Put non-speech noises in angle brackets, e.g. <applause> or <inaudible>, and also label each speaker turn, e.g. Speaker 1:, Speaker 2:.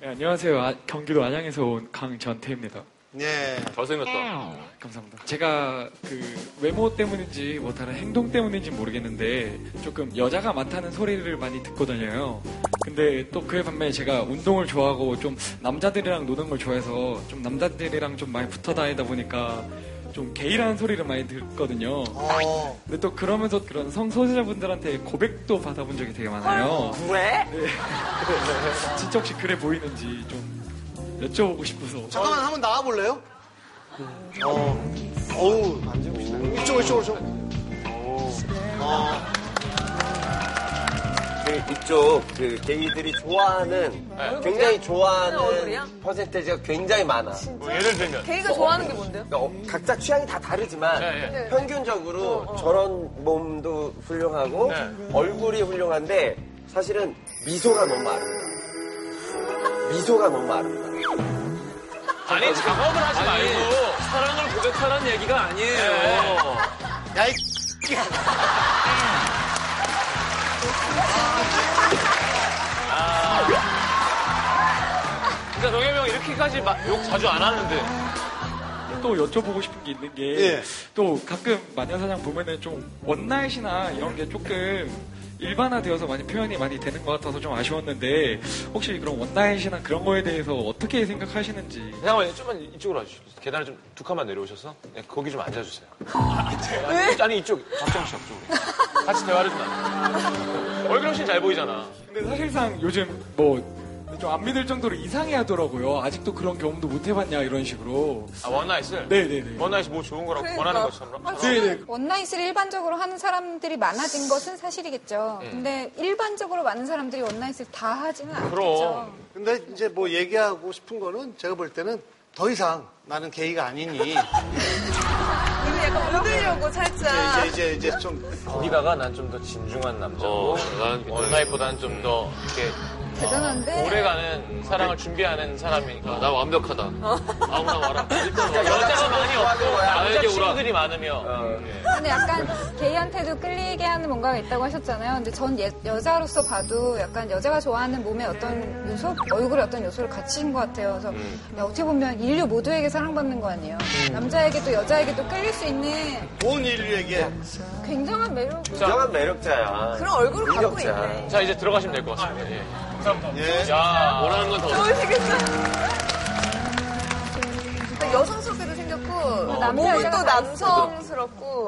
Speaker 1: 네, 안녕하세요. 아- 경기도 안양에서 온 강전태입니다.
Speaker 2: 예.
Speaker 3: 음.
Speaker 4: 잘생겼다.
Speaker 1: 감사합니다. 제가 그 외모 때문인지 뭐 다른 행동 때문인지 모르겠는데 조금 여자가 많다는 소리를 많이 듣거든요. 근데 또 그에 반면에 제가 운동을 좋아하고 좀 남자들이랑 노는 걸 좋아해서 좀 남자들이랑 좀 많이 붙어 다니다 보니까 좀 게이라는 소리를 많이 듣거든요.
Speaker 2: 어.
Speaker 1: 근데 또 그러면서 그런 성소수자분들한테 고백도 받아본 적이 되게 많아요.
Speaker 5: 왜?
Speaker 1: 진짜 혹시 그래 보이는지 좀 여쭤보고 싶어서.
Speaker 2: 잠깐만 한번 나와 볼래요? 어. 어우, 안 잡으시네. 이쪽으로 이쪽으로 좀. 어.
Speaker 6: 그 이쪽 그 게이들이 좋아하는
Speaker 5: 네.
Speaker 6: 굉장히
Speaker 5: 얼굴이야?
Speaker 6: 좋아하는 퍼센테이지가 굉장히 많아.
Speaker 5: 네.
Speaker 4: 뭐 예를 들면
Speaker 5: 게이가 좋아하는 게 뭔데요?
Speaker 6: 그러니까 어, 각자 취향이 다 다르지만
Speaker 5: 네,
Speaker 4: 예,
Speaker 6: 평균적으로
Speaker 5: 어,
Speaker 6: 저런 몸도 훌륭하고
Speaker 4: 네.
Speaker 6: 얼굴이 훌륭한데 사실은 미소가 너무 아름다. 미소가 너무 아름다.
Speaker 3: 아니 작업을 하지 말고 사랑을 고백하라는 얘기가
Speaker 4: 네.
Speaker 3: 아니에요.
Speaker 2: 야, 이
Speaker 3: 아. 그러니까 동엽이 형 이렇게까지 마- 욕 자주 안 하는데.
Speaker 1: 또 여쭤보고 싶은 게 있는 게
Speaker 2: 예.
Speaker 1: 또 가끔 마녀사냥 보면은 좀 원나잇이나 이런 게 조금 일반화되어서 많이 표현이 많이 되는 것 같아서 좀 아쉬웠는데 혹시 그런 원나잇이나 그런 거에 대해서 어떻게 생각하시는지
Speaker 4: 잠깐만요. 좀만 이쪽으로 와주시죠. 계단을 좀 두 칸만 내려오셔서 네, 거기 좀 앉아주세요.
Speaker 3: 네.
Speaker 4: 아니, 아니 이쪽 박정우 씨 앞쪽으로. 같이 대화를 좀 나눠. 얼굴 훨씬 잘 보이잖아.
Speaker 1: 근데 사실상 요즘 뭐 좀 안 믿을 정도로 이상해 하더라고요 아직도 그런 경험도 못 해봤냐 이런 식으로
Speaker 4: 아, 원나잇을?
Speaker 1: 네네네
Speaker 4: 원나잇이 뭐 좋은 거라고 원하는 것처럼.
Speaker 7: 아,
Speaker 1: 네네.
Speaker 7: 원나잇을 일반적으로 하는 사람들이 많아진 것은 사실이겠죠.
Speaker 4: 네.
Speaker 7: 근데 일반적으로 많은 사람들이 원나잇을 다 하지는 않겠죠.
Speaker 4: 그럼.
Speaker 2: 근데 이제 뭐 얘기하고 싶은 거는 제가 볼 때는 더 이상 나는 게이가 아니니 이제
Speaker 5: 이거 약간 얻으려고 살짝.
Speaker 2: 이제 이제 좀
Speaker 6: 거기다가 난 좀 더 진중한 남자.
Speaker 4: 어, 난 원나잇보다는 좀 더 이렇게
Speaker 7: 대단한데
Speaker 4: 오래가는 사랑을 준비하는 사람이니까. 나 완벽하다. 아무나 <laughs> 와라.
Speaker 6: 여자친구
Speaker 4: 여자가 많이
Speaker 6: 좋아하는
Speaker 4: 없고
Speaker 6: 거야.
Speaker 4: 남자 친구들이 많으며.
Speaker 7: 근데 약간 게이한테도 끌리게 하는 뭔가가 있다고 하셨잖아요. 근데 전 예- 여자로서 봐도 약간 여자가 좋아하는 몸의 어떤 요소, 얼굴의 어떤 요소를 갖추신 것 같아요. 그래서
Speaker 4: 음.
Speaker 7: 야, 어떻게 보면 인류 모두에게 사랑받는 거 아니에요. 남자에게도 여자에게도 끌릴 수 있는
Speaker 2: 온 인류에게
Speaker 7: 굉장한 매력.
Speaker 6: 진정한 매력자야.
Speaker 5: 그런 얼굴을 갖고
Speaker 6: 인격자.
Speaker 5: 있네.
Speaker 4: 자, 이제 들어가시면 될 것 같습니다. 예.
Speaker 2: 예.
Speaker 4: 야, 원하는 건더
Speaker 5: 좋으시겠다. 네, 여성스럽게도 생겼고,
Speaker 7: 남자,
Speaker 5: 어, 몸은
Speaker 7: 여자가
Speaker 5: 또
Speaker 7: 다
Speaker 5: 남성스럽고.